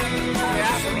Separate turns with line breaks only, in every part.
From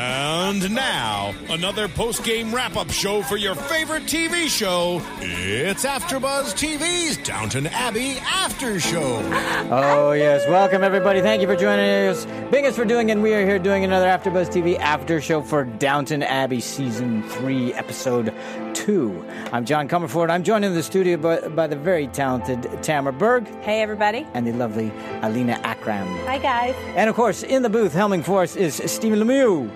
now, another post-game wrap-up show for your favorite TV show. It's AfterBuzz TV's Downton Abbey After Show.
Oh yes, welcome everybody. Thank you for joining us. Biggest for doing, and we are here doing another AfterBuzz TV after show for Downton Abbey season three, episode two. I'm John Comerford. I'm joined in the studio by, by the very talented Tamara Berg
Hey, everybody.
and the lovely Alina Akram.
Hi, guys.
And of course, in the booth, helming for us is Stephen Lemieux.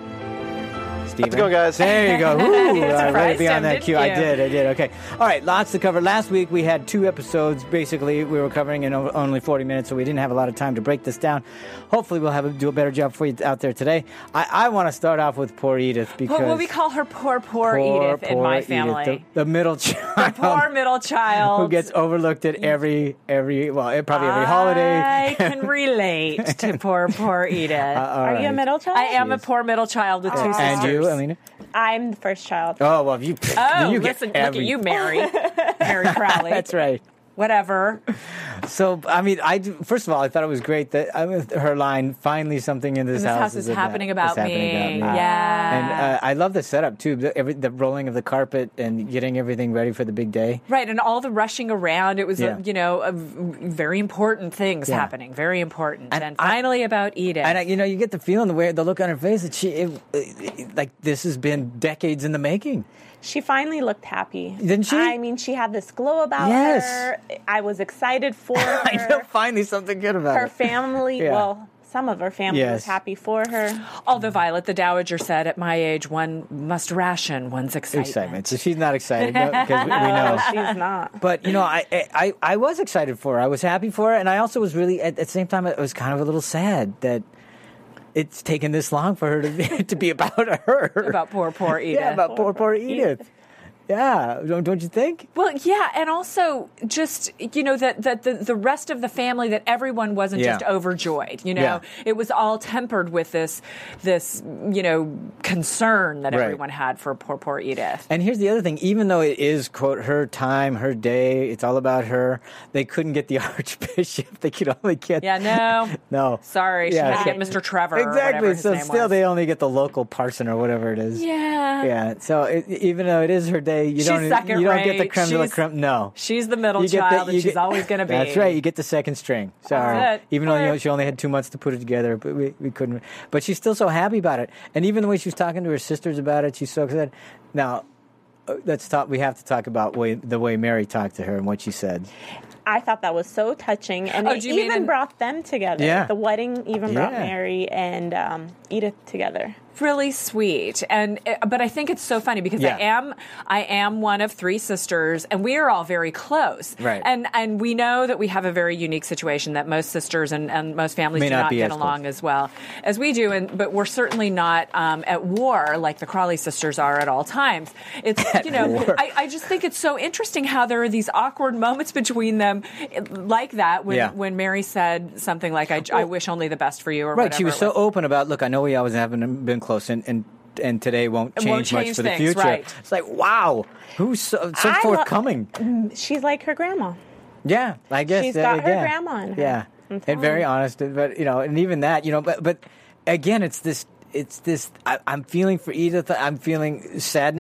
Steven.
going, guys?
There you go. Woo,
You
all right, right
surprised
beyond
him,
that
didn't
cue. I
you?
did. I did. Okay. All right. Lots to cover. Last week we had two episodes. Basically, we were covering in o- only 40 minutes, so we didn't have a lot of time to break this down. Hopefully, we'll have a, do a better job for you out there today. I, I want to start off with poor Edith because
What will we call her? Poor, poor,
poor,
Edith in
poor
my
Edith,
family.
the, the middle child,
poor middle child.
who gets overlooked at every every well, probably every holiday.
I can relate to poor, poor Edith.
Uh,
Are you a middle child?
I am a poor middle child with two sisters.
and you, Alina?
I'm the first child.
Oh well, you.
Oh,
you
listen,
get
look at
every-
you, Mary. Mary Crowley.
That's right.
Whatever.
So I mean, I do- first of all, I thought it was great that I mean, her line. Finally, something in this,
This house is
about-
happening about
happening
me.
about
Yeah.
And uh, I love the setup too. The, every, the rolling of the carpet and getting everything ready for the big day.
Right, and all the rushing around. It was,
Yeah.
uh, you know, uh, v- very important things
Yeah.
happening. Very important.
And
And,
I-
finally, about Edith.
And I, you know, you get the feeling the way the look on her face that she, it, it- like, this has been decades in the making.
She finally looked happy.
Didn't she?
I mean, she had this glow about
Yes.
her. I was excited for her.
I know, finally something good about
her
it.
family,
Yeah.
well, some of her family
Yes.
was happy for her.
Although Violet the Dowager said, at my age, one must ration one's excitement.
Excitement. So she's not excited no, because we know
She's not.
But you know, I, I I was excited for her. I was happy for her, and I also was really at, at the same time. I was kind of a little sad that it's taken this long for her to be, to be about her.
About poor, poor Edith.
yeah, about poor poor Edith. Yeah, don't, don't you think?
well, yeah, and also just, you know, that, that the, the rest of the family, that everyone wasn't
Yeah.
just overjoyed, you know?
Yeah.
It was all tempered with this, this you know, concern that
Right.
everyone had for poor, poor Edith.
And here's the other thing: even though it is quote her time, her day, it's all about her. They couldn't get the Archbishop. They could only get
Yeah, no.
no.
Sorry, she
Yeah,
had to get
she-
Mr. Trevor. or whatever
exactly.
his
So
name
still,
was.
they only get the local parson or whatever it is.
Yeah.
Yeah, so it, even though it is her day, you
She's
don't e,
second
you don't get the
rate.
creme de la
She's-
creme. No,
She's the middle
You get the-
child,
you
and she's
get-
always going to be.
That's right. You get the second string. Sorry,
That's it.
even though you know, she only had two months to put it together, but we, we couldn't. But she's still so happy about it, and even the way she was talking to her sisters about it, she's so excited. Now, uh, let's talk. We have to talk about way, the way Mary talked to her and what she said.
I thought that was so touching. And
Oh,
it
do you mean
even
in-
brought them together.
Yeah.
The wedding even brought
Yeah.
Mary and um, Edith together.
really sweet and uh, but i think it's so funny because
Yeah.
i am i am one of three sisters and we are all very close
Right.
and and we know that we have a very unique situation that most sisters and, and most families
May
do
not
not,
be
get
as close.
along as well as we do and but we're certainly not um, at war like the crawley sisters are at all times it's you know
war.
I, I just think it's so interesting how there are these awkward moments between them eh, like that when
Yeah.
when mary said something like i, I wish only the best for you or
Right. She
whatever
was
it
so open about. Look, I know we always haven't been close, and and. And today won't
It
change,
won't
much
change
for the
things,
future.
right.
It's like, wow, who's so, so
I lo-
forthcoming?
She's like her grandma.
Yeah, I guess
She's
that-
got her
again.
grandma in her.
Yeah,
I'm
and
telling
very
you.
honest, but you know, and even that, you know, but but again, it's this, it's this. I, I'm feeling for Edith. I'm feeling sadness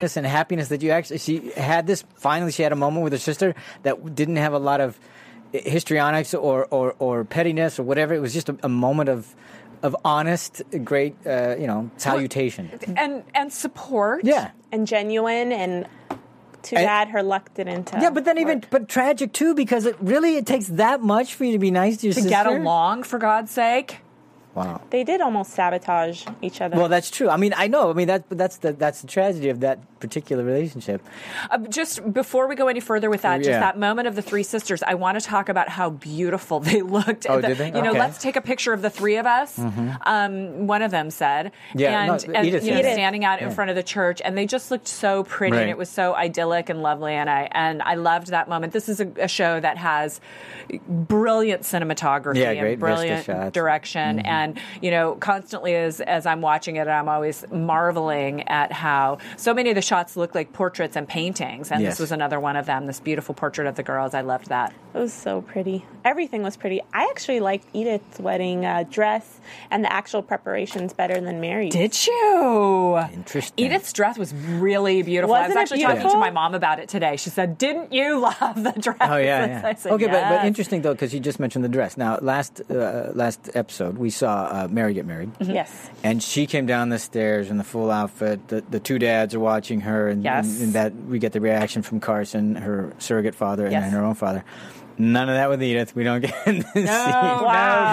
happiness and happiness that you actually she had this finally she had a moment with her sister that didn't have a lot of histrionics or or, or pettiness or whatever it was just a, a moment of of honest great uh, you know salutation
and and support.
yeah
And genuine and too
And-
bad her luck didn't. Uh,
yeah but then even
work.
but tragic too because it really it takes that much for you to be nice to your
To
sister
get along, for God's sake.
wow
they did almost sabotage each other.
well that's true i mean i know i mean that that's the that's the tragedy of that particular relationship
Uh, just before we go any further with that,
Yeah.
just that moment of the three sisters, I want to talk about how beautiful they looked.
Oh,
The-
did they?
You know,
Okay. Mm-hmm.
let's take a picture of the three of us. Um, one of them said,
Yeah, no,
and, and
Edith
you know,
said it.
standing out in front of the church, and they just looked so pretty,
Right.
and it was so idyllic and lovely, and I and I loved that moment. This is a, a show that has brilliant cinematography
Yeah, great
and
vista
brilliant
shots.
direction,
Mm-hmm.
and you know, constantly as as I'm watching it, I'm always marveling at how so many of the shots look like portraits and paintings, and
Yes.
this was another one of them. This beautiful portrait of the girls, I loved that.
It was so pretty. Everything was pretty. I actually liked Edith's wedding uh, dress and the actual preparations better than Mary's.
Did you?
Interesting.
Edith's dress was really beautiful. I was
Wasn't it
actually talking to
beautiful?
my mom about it today. She said, "Didn't you love the dress?"
Oh yeah,
And I
yeah.
said,
okay, but, but
"Yes."
interesting though because you just mentioned the dress. Now, last uh, last episode we saw uh, Mary get married,
Mm-hmm.
Yes.
and she came down the stairs in the full outfit. The, the two dads are watching her, and,
Yes.
and, and that we get the reaction from Carson, her surrogate father, and
Yes.
then her own father. None of that with Edith. We don't get to see.
No, no,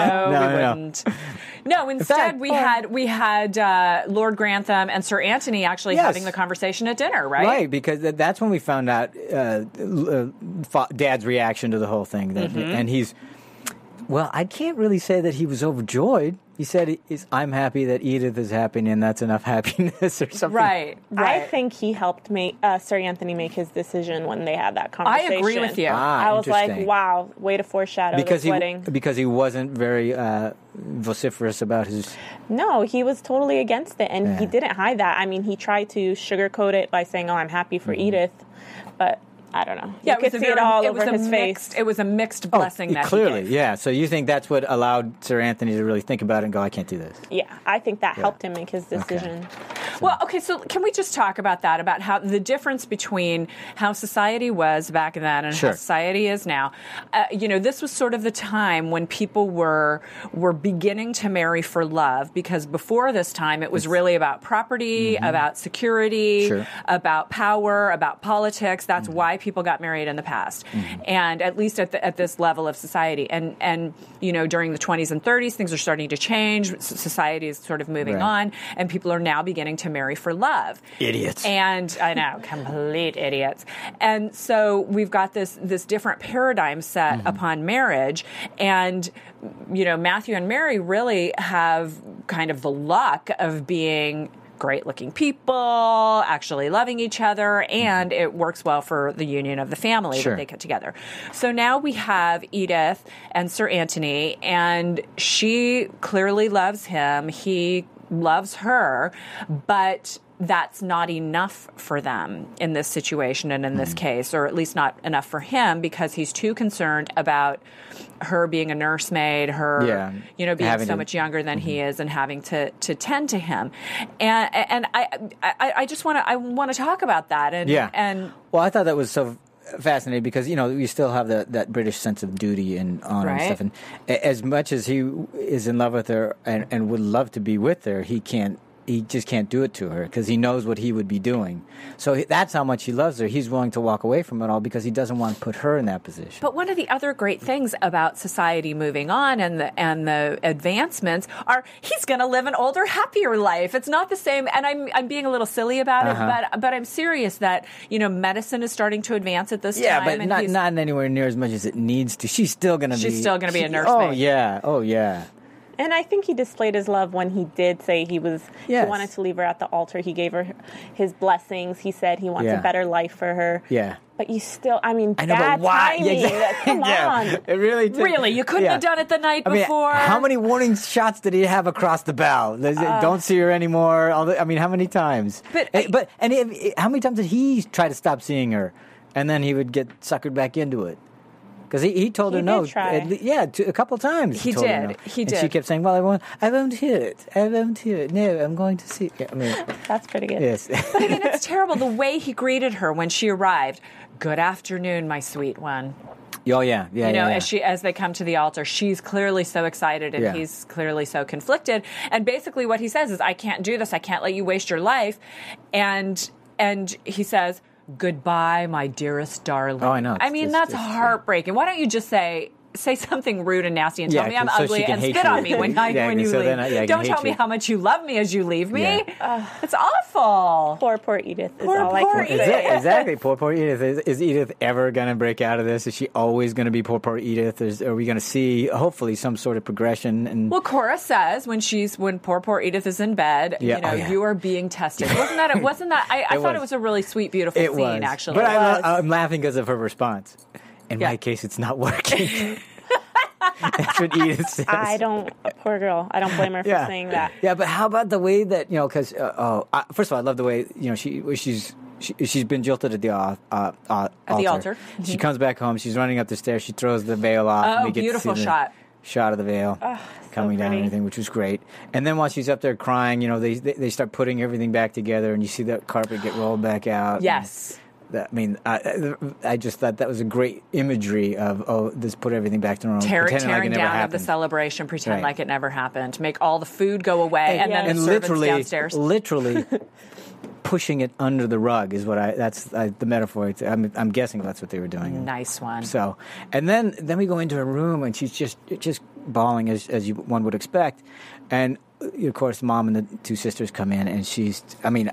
No,
no, we
no, no.
wouldn't. No, instead
fact-
we
Oh.
had we had uh, Lord Grantham and Sir Anthony actually
Yes.
having the conversation at dinner, right?
Right, because th- that's when we found out uh, l- uh, fa- Dad's reaction to the whole thing, that,
Mm-hmm.
and he's. Well, I can't really say that he was overjoyed. He said, he- he's, "I'm happy that Edith is happy, and that's enough happiness," or something.
Right. Right.
I think he helped make uh, Sir Anthony make his decision when they had that
I
conversation.
agree with you.
Ah,
I was like,
interesting.
wow, way to foreshadow
Because
this
he
wedding.
because he wasn't very uh, vociferous about his.
No, he was totally against it, and he
Yeah.
didn't hide that. I mean, he tried to sugarcoat it by saying, "Oh, I'm happy for
Mm-hmm.
Edith," but I don't know.
Yeah,
you could
was a
see it
very-
all
it was
over
a
his
mixed,
face.
It was a mixed blessing. that he
Oh, clearly,
gave.
yeah. So you think that's what allowed Sir Anthony to really think about it and go, "I can't do this."
yeah, I think that helped him make his decision.
Well, okay, so can we just talk about that? About how the difference between how society was back then and
Sure.
how society is now. Uh, you know, this was sort of the time when people were were beginning to marry for love because before this time it was really about property, about security,
Mm-hmm. Sure.
about power, about politics. That's why people got married in the past, and at least at, the, at this level of society. And and you know, during the 20s and 30s, things are starting to change. S- Society is sort of moving
Right.
on and people are now beginning to marry for love.
Idiots.
And I know, complete idiots. And so we've got this this different paradigm set upon marriage, and you know, Matthew and Mary really have kind of the luck of being. Great looking people, actually loving each other, and it works well for the union of the family
Sure.
that they get together. So now we have Edith and Sir Anthony, and she clearly loves him. He loves her, but that's not enough for them in this situation and in this
Mm-hmm.
case, or at least not enough for him because he's too concerned about her being a nursemaid, her,
Yeah.
you know, being
Having
so
to- Mm-hmm.
much younger than he is and having to, to tend to him. And, and I, I, I just want to, I want to talk about that. And,
Yeah.
and
well, I thought that was so fascinating because you know you still have that that British sense of duty and honor and
Right.
stuff. And a- as much as he is in love with her and, and would love to be with her, he can't. He just can't do it to her because he knows what he would be doing. So he- that's how much he loves her. He's willing to walk away from it all because he doesn't want to put her in that position.
But one of the other great things about society moving on and the and the advancements are he's going to live an older, happier life. It's not the same, and I'm I'm being a little silly about
Uh-huh.
it, but but I'm serious that you know medicine is starting to advance at this
yeah,
time.
but
and
not
he's-
not anywhere near as much as it needs to. She's still going to be.
She's still gonna be a
she-
nursemaid.
Oh yeah. Oh yeah.
And I think he displayed his love when he did say he was
Yes.
he wanted to leave her at the altar. He gave her his blessings. He said he wants
Yeah.
a better life for her.
Yeah.
But you still, I mean,
I know,
bad
but why? Yeah,
timing.
exactly.
Come
Yeah.
on.
It really did.
Really? You couldn't
Yeah.
have done it the night
I mean,
before?
how many warning shots did he have across the bow? There's- Don't see her anymore. All the, I mean, how many times?
Uh, But
and,
I-
but and if- eh, how many times did he try to stop seeing her, and then he would get suckered back into it? Because he, he told
He
her
did
no,
try.
at le- yeah, to, a couple times.
He
told her
did.
no.
He
And she
did.
kept saying, "Well, I won't. I won't hear it. I won't hear it. No, I'm going to see." Yeah, I mean,
That's pretty good.
yes.
But I mean, it's terrible the way he greeted her when she arrived. Good afternoon, my sweet one.
oh yeah, yeah.
you know,
yeah, yeah.
as she as they come to the altar, she's clearly so excited and
Yeah.
he's clearly so conflicted. And basically, what he says is, "I can't do this. I can't let you waste your life." And and he says, "Goodbye, my dearest darling."
Oh, I know.
I
It's-
mean,
it's-
that's
it's- yeah.
heartbreaking. Why don't you just say? Say something rude and nasty and tell
Yeah,
me I'm
so she
ugly
can
and
hate
spit
you.
on me when, I,
Yeah,
when you
so
leave.
then I- yeah, I can
Don't
hate
tell me
you.
how much you love me as you leave me.
Yeah.
it's awful.
Poor, poor Edith is
Poor,
all I
poor
can
Is
say.
it, exactly. Poor, poor Edith. Is, is Edith ever going to break out of this? Is she always going to be poor, poor Edith? Is, are we going to see, hopefully, some sort of progression? And
Well, Cora says when she's when poor poor Edith is in bed,
Yeah.
you know,
Oh, yeah.
you are being tested. Wasn't that? It wasn't that? I, I
It
thought it
was.
was a really sweet, beautiful
it
scene,
was.
actually.
But
It was.
I, uh, I'm laughing because of her response. In
Yeah.
my case, it's not working. That's what Edith says.
I don't, poor girl. I don't blame her for saying that.
Yeah, but how about the way that you know? Because uh, oh, I, first of all, I love the way you know she she's. She, she's been jilted at the uh, uh, uh,
At the altar. Mm-hmm.
She comes back home. She's running up the stairs. She throws the veil off.
Oh,
and we get to
beautiful
see the
shot.
Shot of the veil coming down and
pretty.
everything, which was great. And then while she's up there crying, you know, they they, they start putting everything back together, and you see that carpet get rolled back out. and
Yes.
That, I mean, I, I just thought that was a great imagery of oh, this put everything back to normal,
Tear,
pretending like it
tearing
never
down of
happened.
the celebration, pretend
Right.
like it never happened, make all the food go away, and, then the
and
servants
literally,
downstairs.
literally pushing it under the rug is what I. That's uh, the metaphor. It's, I'm, I'm guessing that's what they were doing.
Nice one.
So, and then then we go into her room and she's just just bawling as as you, one would expect, and uh, of course, mom and the two sisters come in and she's. I mean.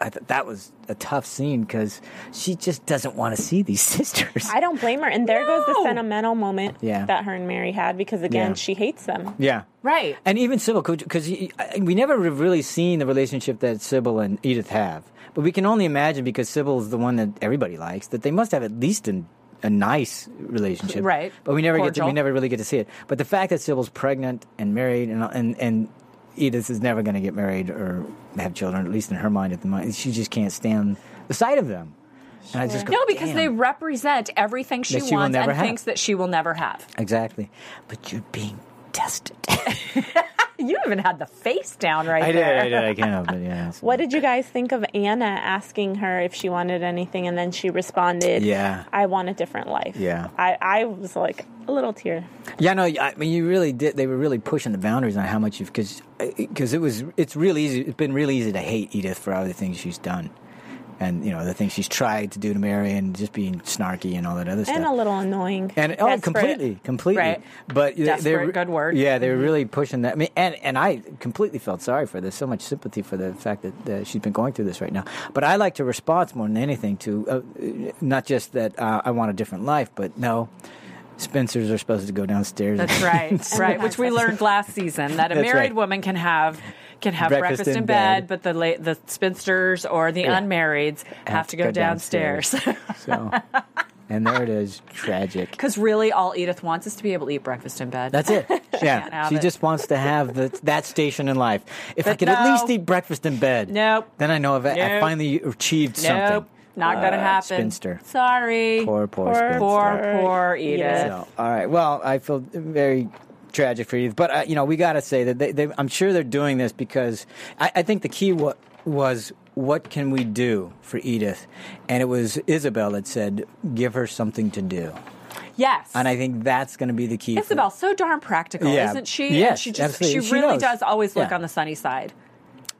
I th- that was a tough scene because she just doesn't want to see these sisters.
I don't blame her. And there goes the
No.
sentimental moment
Yeah.
that her and Mary had because, again,
Yeah.
she hates them.
Yeah.
Right.
And even Sybil, because we never have really seen the relationship that Sybil and Edith have. But we can only imagine because Sybil's the one that everybody likes that they must have at least an, a nice relationship.
Right.
But we never get to, we
Cordial.
never really get to see it. But the fact that Sybil's pregnant and married and and and Edith is never going to get married or have children, at least in her mind at the moment, she just can't stand the sight of them. And I just go,
no, because
"Damn."
they represent everything she
That she will
wants
never
and
have.
thinks that she will never have.
exactly. But you're being tested.
You even had the face down right
I did.
there.
I did. I can't help it. Yeah. so-
What did you guys think of Anna asking her if she wanted anything? And then she responded,
Yeah.
I want a different life.
Yeah.
I, I was like a little tear.
Yeah, no, I mean, you really did. They were really pushing the boundaries on how much you've because because it was it's really easy. It's been really easy to hate Edith for all the things she's done, and you know the things she's tried to do to Mary, and just being snarky and all that other stuff.
And a little annoying.
And oh,
Desperate.
completely, completely.
Right.
But uh, they- they
Desperate,
were-
good Mm-hmm. word.
Yeah, they were really pushing that. I mean, and and I completely felt sorry for. her. There's so much sympathy for the fact that uh, she's been going through this right now. But I like to respond more than anything to uh, uh, not just that uh, I want a different life, but no. Spencers are supposed to go downstairs.
That's right, right. Which we learned last season that a
That's
married
right.
woman can have can have breakfast, in, bed, but the la- the spinsters or the
Yeah.
unmarrieds have, to go, downstairs.
so, and there it is. Tragic.
Because really, all Edith wants is to be able to eat breakfast in bed.
That's it.
can't
Yeah,
have
she
it.
just wants to have the, that station in life. If I
But
could at least
no.
eat breakfast in bed,
Nope.
then I know I've, I
Nope.
finally achieved
nope,
something. Uh,
not going to happen.
spinster.
Sorry.
Poor, poor,
Poor,
spinster.
poor, poor Edith.
So, all right. Well, I feel very tragic for you, but uh, you know we got to say that they, they, I'm sure they're doing this because I, I think the key wa- was what can we do for Edith, and it was Isabel that said give her something to do,
Yes.
and I think that's going to be the key. for-
Isabel, so darn practical,
Yeah.
isn't she? And
Yes,
she just
absolutely.
she
She
really
knows.
does always look
Yeah.
on the sunny side.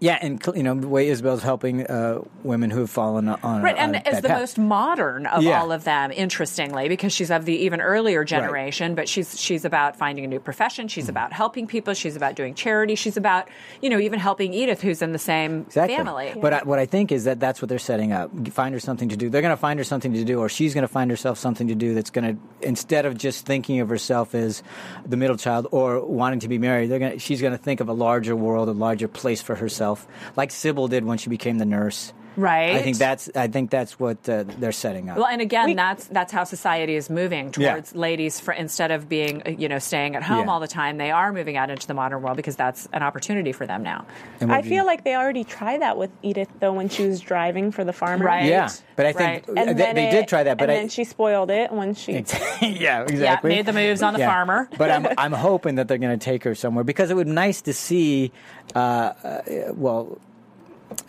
Yeah, and cl- you know the way Isabel's helping uh, women who have fallen on
Right,
Uh, on
and is
that
the
path.
most modern of
Yeah.
all of them, interestingly, because she's of the even earlier generation. But she's she's about finding a new profession. She's
Mm-hmm.
about helping people. She's about doing charity. She's about you know even helping Edith, who's in the same
Exactly.
family.
But I, what I think is that that's what they're setting up. Find her something to do. They're going to find her something to do, or she's going to find herself something to do that's going to, instead of just thinking of herself as the middle child or wanting to be married, they're going to, she's going to think of a larger world, a larger place for herself, like Sybil did when she became the nurse.
Right.
I think that's I think that's what uh, they're setting up.
Well, and again, that's that's how society is moving
Yeah.
towards ladies. For instead of being, uh, you know, staying at home
Yeah.
all the time, they are moving out into the modern world because that's an opportunity for them now.
And what
I
do
feel
you-
like they already tried that with Edith though when she was driving for the farmer.
Right.
yeah, but I think
Right.
uh,
And
they,
then
they
it-
did try that, but
and
I,
then she spoiled it when she.
yeah, exactly.
made the moves on the farmer.
but I'm I'm hoping that they're going to take her somewhere because it would be nice to see, uh, uh, well,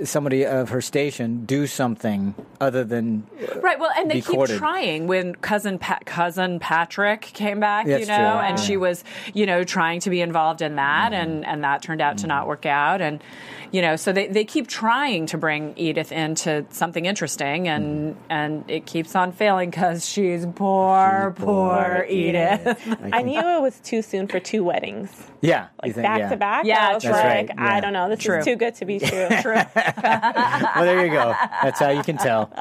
somebody of her station do something other than
Right. Well, and they
be
keep
courted.
trying. When cousin pa- cousin Patrick came back,
That's
you know,
true,
and
yeah. Mm-hmm.
she was, you know, trying to be involved in that, and and that turned out to not work out, and you know, so they they keep trying to bring Edith into something interesting,
Mm-hmm.
and and it keeps on failing because she's poor, poor Edith.
I knew it was too soon for two weddings,
yeah, you
like
think,
back
yeah.
to back.
Yeah,
I was
That's
right,
like,
yeah.
I don't know, this
True.
is too good to be true.
True.
Well, there you go. That's how you can tell.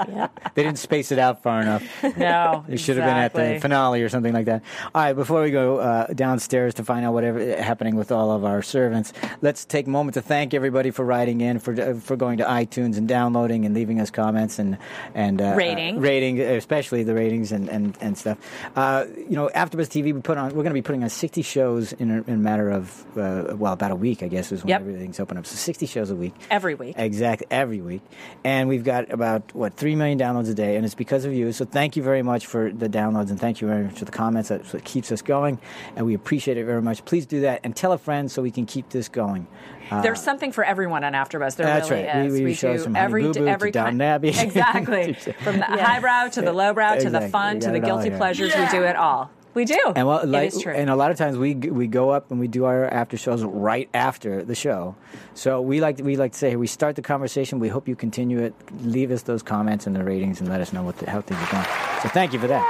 They didn't space it out far enough.
No,
It should have been at the
exactly.
finale or something like that. All right, before we go uh, downstairs to find out whatever happening with all of our servants, let's take a moment to thank everybody for writing in, for uh, for going to iTunes and downloading and leaving us comments and and uh,
Rating.
uh, rating, especially the ratings and and and stuff. Uh, you know, AfterBuzz TV, we put on, we're going to be putting on sixty shows in a, in a matter of uh, well, about a week, I guess, is when
Yep.
everything's open up. So sixty shows a week
Every week.
Exactly, every week. And we've got about, what, 3 million downloads a day, and it's because of you. So thank you very much for the downloads, and thank you very much for the comments. That's what keeps us going, and we appreciate it very much. Please do that, and tell a friend so we can keep this going.
There's something for everyone on AfterBuzz. There
That's
really
right. We-
is.
we showed
do
some Honey
every
Boo Boo to
every
Downton
kind-
Abbey.
Exactly. From the highbrow to the lowbrow to
Exactly.
the fun
We
to
got
the
it all
guilty
here.
pleasures. We do it all. We do.
And well, like,
it is true.
and uh, a lot of times we we go up and we do our after shows right after the show. So we like we like to say we start the conversation. We hope you continue it. Leave us those comments and the ratings and let us know what the, how things are going. So thank you for that.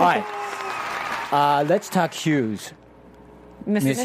All right, uh, let's talk Hughes.
Mrs.
Mrs.
Hughes.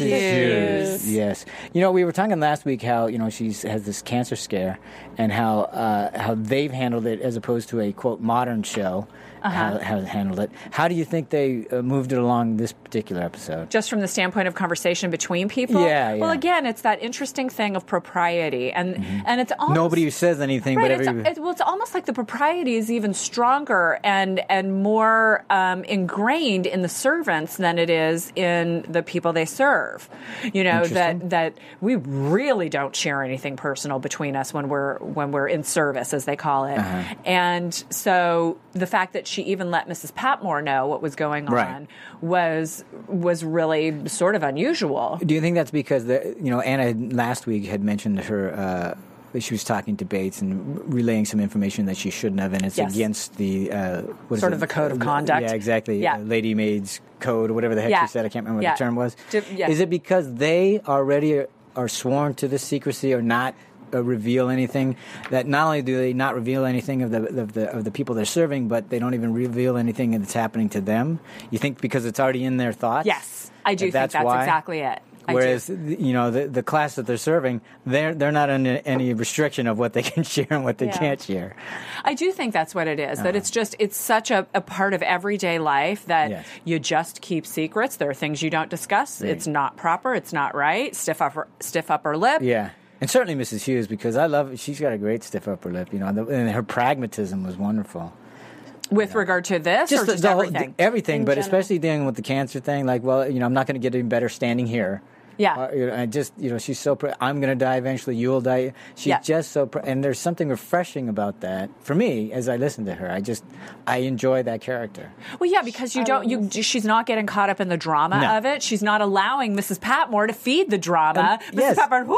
Hughes. Yes. You know, we were talking last week how you know she's has this cancer scare, and how uh, how they've handled it as opposed to a quote modern show.
Uh-huh.
How, how they handled it? How do you think they uh, moved it along this particular episode?
just from the standpoint of conversation between people.
Yeah,
Well,
yeah.
again, it's that interesting thing of propriety, and
Mm-hmm.
and it's almost,
Nobody who says anything,
Right,
but
it's,
every
it's, well, it's almost like the propriety is even stronger and and more um, ingrained in the servants than it is in the people they serve. You know
Interesting.
that that we really don't share anything personal between us when we're when we're in service, as they call it.
Uh-huh.
And so the fact that she even let Mrs. Patmore know what was going on
Right.
was was really sort of unusual.
Do you think that's because the you know Anna had- last week had mentioned her uh, that she was talking to Bates and r- relaying some information that she shouldn't have, and it's
Yes.
against the uh, what is
Sort
it?
of the code of
Uh,
conduct.
Yeah, exactly.
Yeah.
Uh, lady maid's code or whatever the heck
Yeah.
she said. I can't remember what
Yeah.
the term was.
Di- yeah.
Is it because they already are, are sworn to this secrecy or not? Uh, reveal anything that not only do they not reveal anything of the of the of the people they're serving, but they don't even reveal anything that's happening to them. You think because it's already in their thoughts?
Yes, I do
that
think that's
why?
exactly it. I do.
Whereas you know the, the class that they're serving, they're they're not under any restriction of what they can share and what they
Yeah.
can't share.
I do think that's what it is. That it's just it's such a, a part of everyday life that
Yes.
you just keep secrets. There are things you don't discuss.
Right.
It's not proper. It's not right. Stiff upper stiff upper lip.
Yeah, and certainly Mrs. Hughes because I love she's got a great stiff upper lip, you know, the, and her pragmatism was wonderful.
With regard to this or just
whole-
everything.
everything,
In
but
general.
especially dealing with the cancer thing. Like, well, you know, I'm not going to get any better standing here.
Yeah.
Or, you know, I just you know she's so. Pr- I'm going to die eventually. You'll die. She's
Yeah.
just so. Pr- and there's something refreshing about that for me as I listen to her. I just I enjoy that character.
well, yeah, because you don't. You she's not getting caught up in the drama
No.
of it. She's not allowing Mrs. Patmore to feed the drama.
Um,
Mrs.
yes.
Patmore. whoo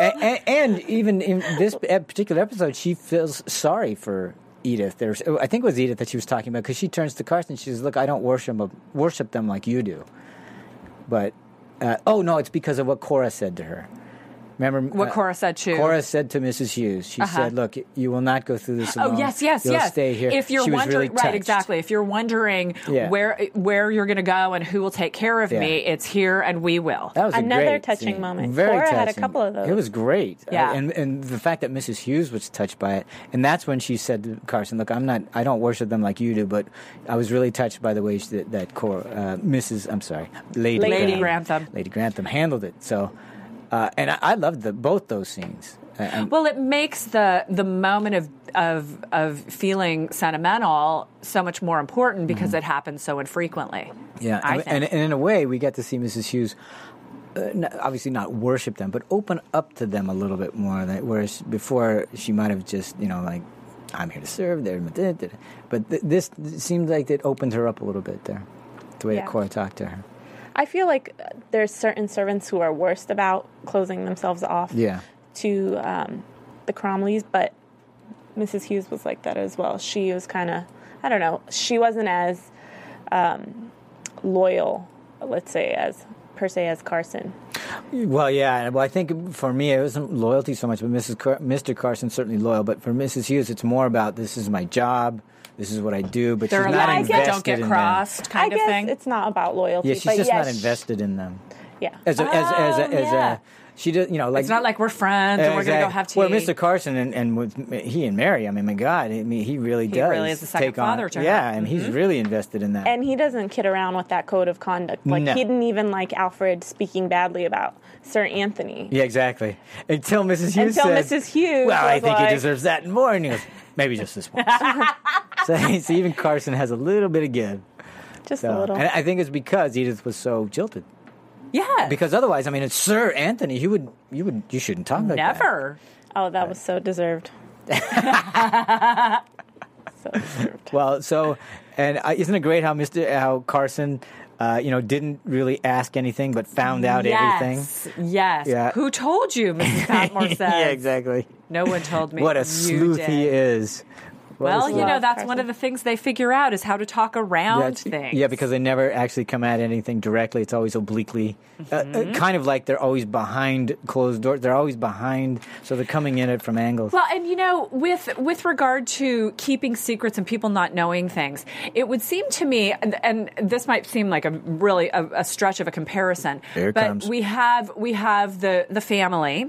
and, and even in this ep- particular episode, she feels sorry for Edith. There's, I think it was Edith that she was talking about because she turns to Carson. She says, "Look, I don't worship them- worship them like you do." But uh, oh no, it's because of what Cora said to her. Remember
What
uh,
Cora said too.
Cora said to Mrs. Hughes, she said, "Look, you will not go through this alone.
Oh yes, yes,
You'll
yes.
Stay here.
If you're
she was
wondering,
really
right,
touched.
exactly. If you're wondering
Yeah.
where where you're going to go and who will take care of
Yeah.
me, it's here and we will.
That was a
Another
great
touching
scene.
moment.
Very
Cora
touching.
had a couple of those.
It was great. Uh,
Yeah.
and and the fact that Mrs. Hughes was touched by it, and that's when she said to Carson, "Look, I'm not. I don't worship them like you do, but I was really touched by the way she, that, that Cora, uh, Mrs. I'm sorry, Lady,
Lady
Graham-
Grantham.
Lady Grantham handled it. So, uh, and I, I loved the, both those scenes. Uh, and-
Well, it makes the the moment of of of feeling sentimental so much more important because
Mm-hmm.
it happens so infrequently.
Yeah,
I
and,
think.
and, and in a way, we get to see Mrs. Hughes. Uh, n obviously, not worship them, but open up to them a little bit more. That whereas before she might have just, you know, like, I'm here to serve. There, but th- this seemed like it opened her up a little bit there, the way that
Yeah.
Cora talked to her.
I feel like uh, there's certain servants who are worst about closing themselves off
Yeah,
to um, the Cromleys, but Mrs. Hughes was like that as well. She was kind of, I don't know, she wasn't as um, loyal, let's say, as per se as Carson.
Well, yeah. Well, I think for me, it wasn't loyalty so much, but Mrs. Car- Mr. Carson's certainly loyal. But for Mrs. Hughes, it's more about this is my job, this is what I do. But
There
she's
are
not
lines that
invested
don't get
in
crossed,
I
kind of
guess
thing.
it's not about loyalty,
them. Yeah, she's
but
just
yes,
not invested in them.
Yeah. Uh,
As a, as as a,
Oh,
as
yeah.
a she does, you know, like
It's not like we're friends and we're going to go have tea.
Well, Mr. Carson and, and with he and Mary, I mean, my God, I mean, he really does
really is the second
take on-
father to her. Mm-hmm.
Yeah, and he's really invested in that.
and he doesn't kid around with that code of conduct. Like
No.
he didn't even like Alfred speaking badly about Sir Anthony.
yeah, exactly. Until Mrs. Hughes
Until
said,
Mrs. Hughes
Well, I
was
think
like-
he deserves that and more, and he goes, maybe just this once. so, so even Carson has a little bit of give.
Just
So-
a little.
And I think it's because Edith was so jilted.
yeah,
Because otherwise, I mean, it's Sir Anthony. You would, you would, you shouldn't talk like that.
never.
oh, that was so deserved. so deserved.
Well, so and uh, isn't it great how Mr. how Carson, uh, you know, didn't really ask anything but found out everything.
yes, yes.
Yeah.
Who told you, Mrs. Patmore says?
yeah, exactly.
No one told me.
What a
You
sleuth he
did.
is. What a
Well, you
sleuth.
know,
Love
that's
Carson.
one of the things they figure out is how to talk around
yeah, it's-
things.
yeah, because they never actually come at anything directly. It's always obliquely, Uh, uh,
Mm-hmm.
kind of like they're always behind closed doors. They're always behind, so they're coming in it from angles.
Well, and you know, with with regard to keeping secrets and people not knowing things, it would seem to me, and, and this might seem like a really a, a stretch of a comparison,
Here it
but
comes. Mm-hmm.
we have we have the the family,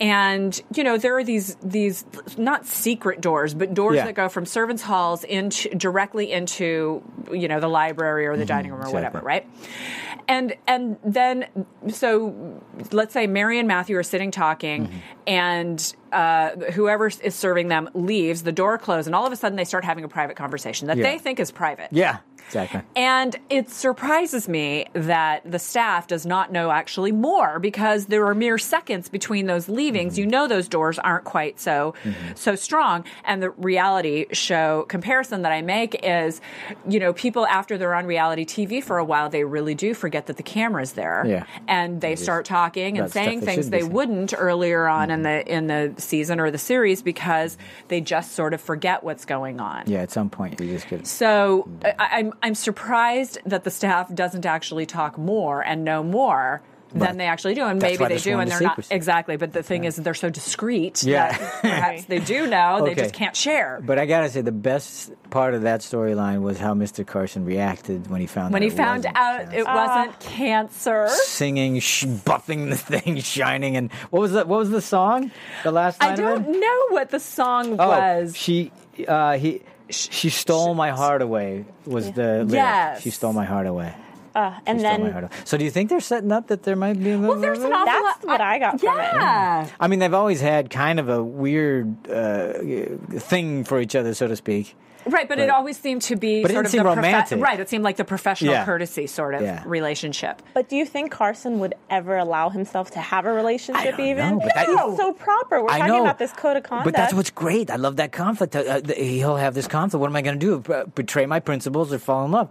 and you know there are these these not secret doors, but doors
Yeah.
that go from servants' halls into directly into you know the library or the dining room or whatever,
Mm-hmm. exactly.
right? And and then so let's say Mary and Matthew are sitting talking, and uh, whoever is serving them leaves, the door closes, and all of a sudden they start having a private conversation that
Yeah.
they think is private.
yeah, exactly.
And it surprises me that the staff does not know actually more because there are mere seconds between those leavings. You know those doors aren't quite so so strong. And the reality show comparison that I make is, you know, people after they're on reality TV for a while, they really do forget that the camera's there.
Yeah.
And they start talking and
That's stuff
saying
they
things
shouldn't be
they
saying. Mm-hmm.
wouldn't earlier on in the in the season or the series because they just sort of forget what's going on.
Yeah, at some point you just get.
So I, I'm I'm surprised that the staff doesn't actually talk more and know more
Right.
than they actually do, and
That's why
maybe they
there's
do,
one
and
to
they're not
secrecy.
exactly. But the thing is, they're so discreet
Yeah.
that perhaps they do know, they
Okay.
just can't share.
But I gotta say, the best part of that storyline was how Mr. Carson reacted when he found
when
out
he
it
found
wasn't
out
cancer.
it wasn't cancer.
singing, sh- buffing the thing, shining, and what was the what was the song? The last line
I
of it?
don't know what the song
Oh,
was.
she uh, he she stole my heart away was the lyric.
Yes.
she stole my heart away.
Uh, and
She stole my heart
then
away. So do you think they're setting up that there might be? A
well, there's an awful lot-
that's what I got from it.
Yeah.
I mean, they've always had kind of a weird uh, thing for each other, so to speak.
Right, but it always seemed to be
Mm. But it
sort
didn't
of
seem
the profe-
romantic.
right, it seemed like the professional
Yeah.
courtesy sort of
Yeah.
relationship.
But do you think Carson would ever allow himself to have a relationship?
I don't
even
know, but that-
he's so proper. We're
I
talking
know,
about this code of conduct.
But that's what's great. I love that conflict. Uh, uh, th- he'll have this conflict. What am I going to do? Uh, Betray my principles or fall in love?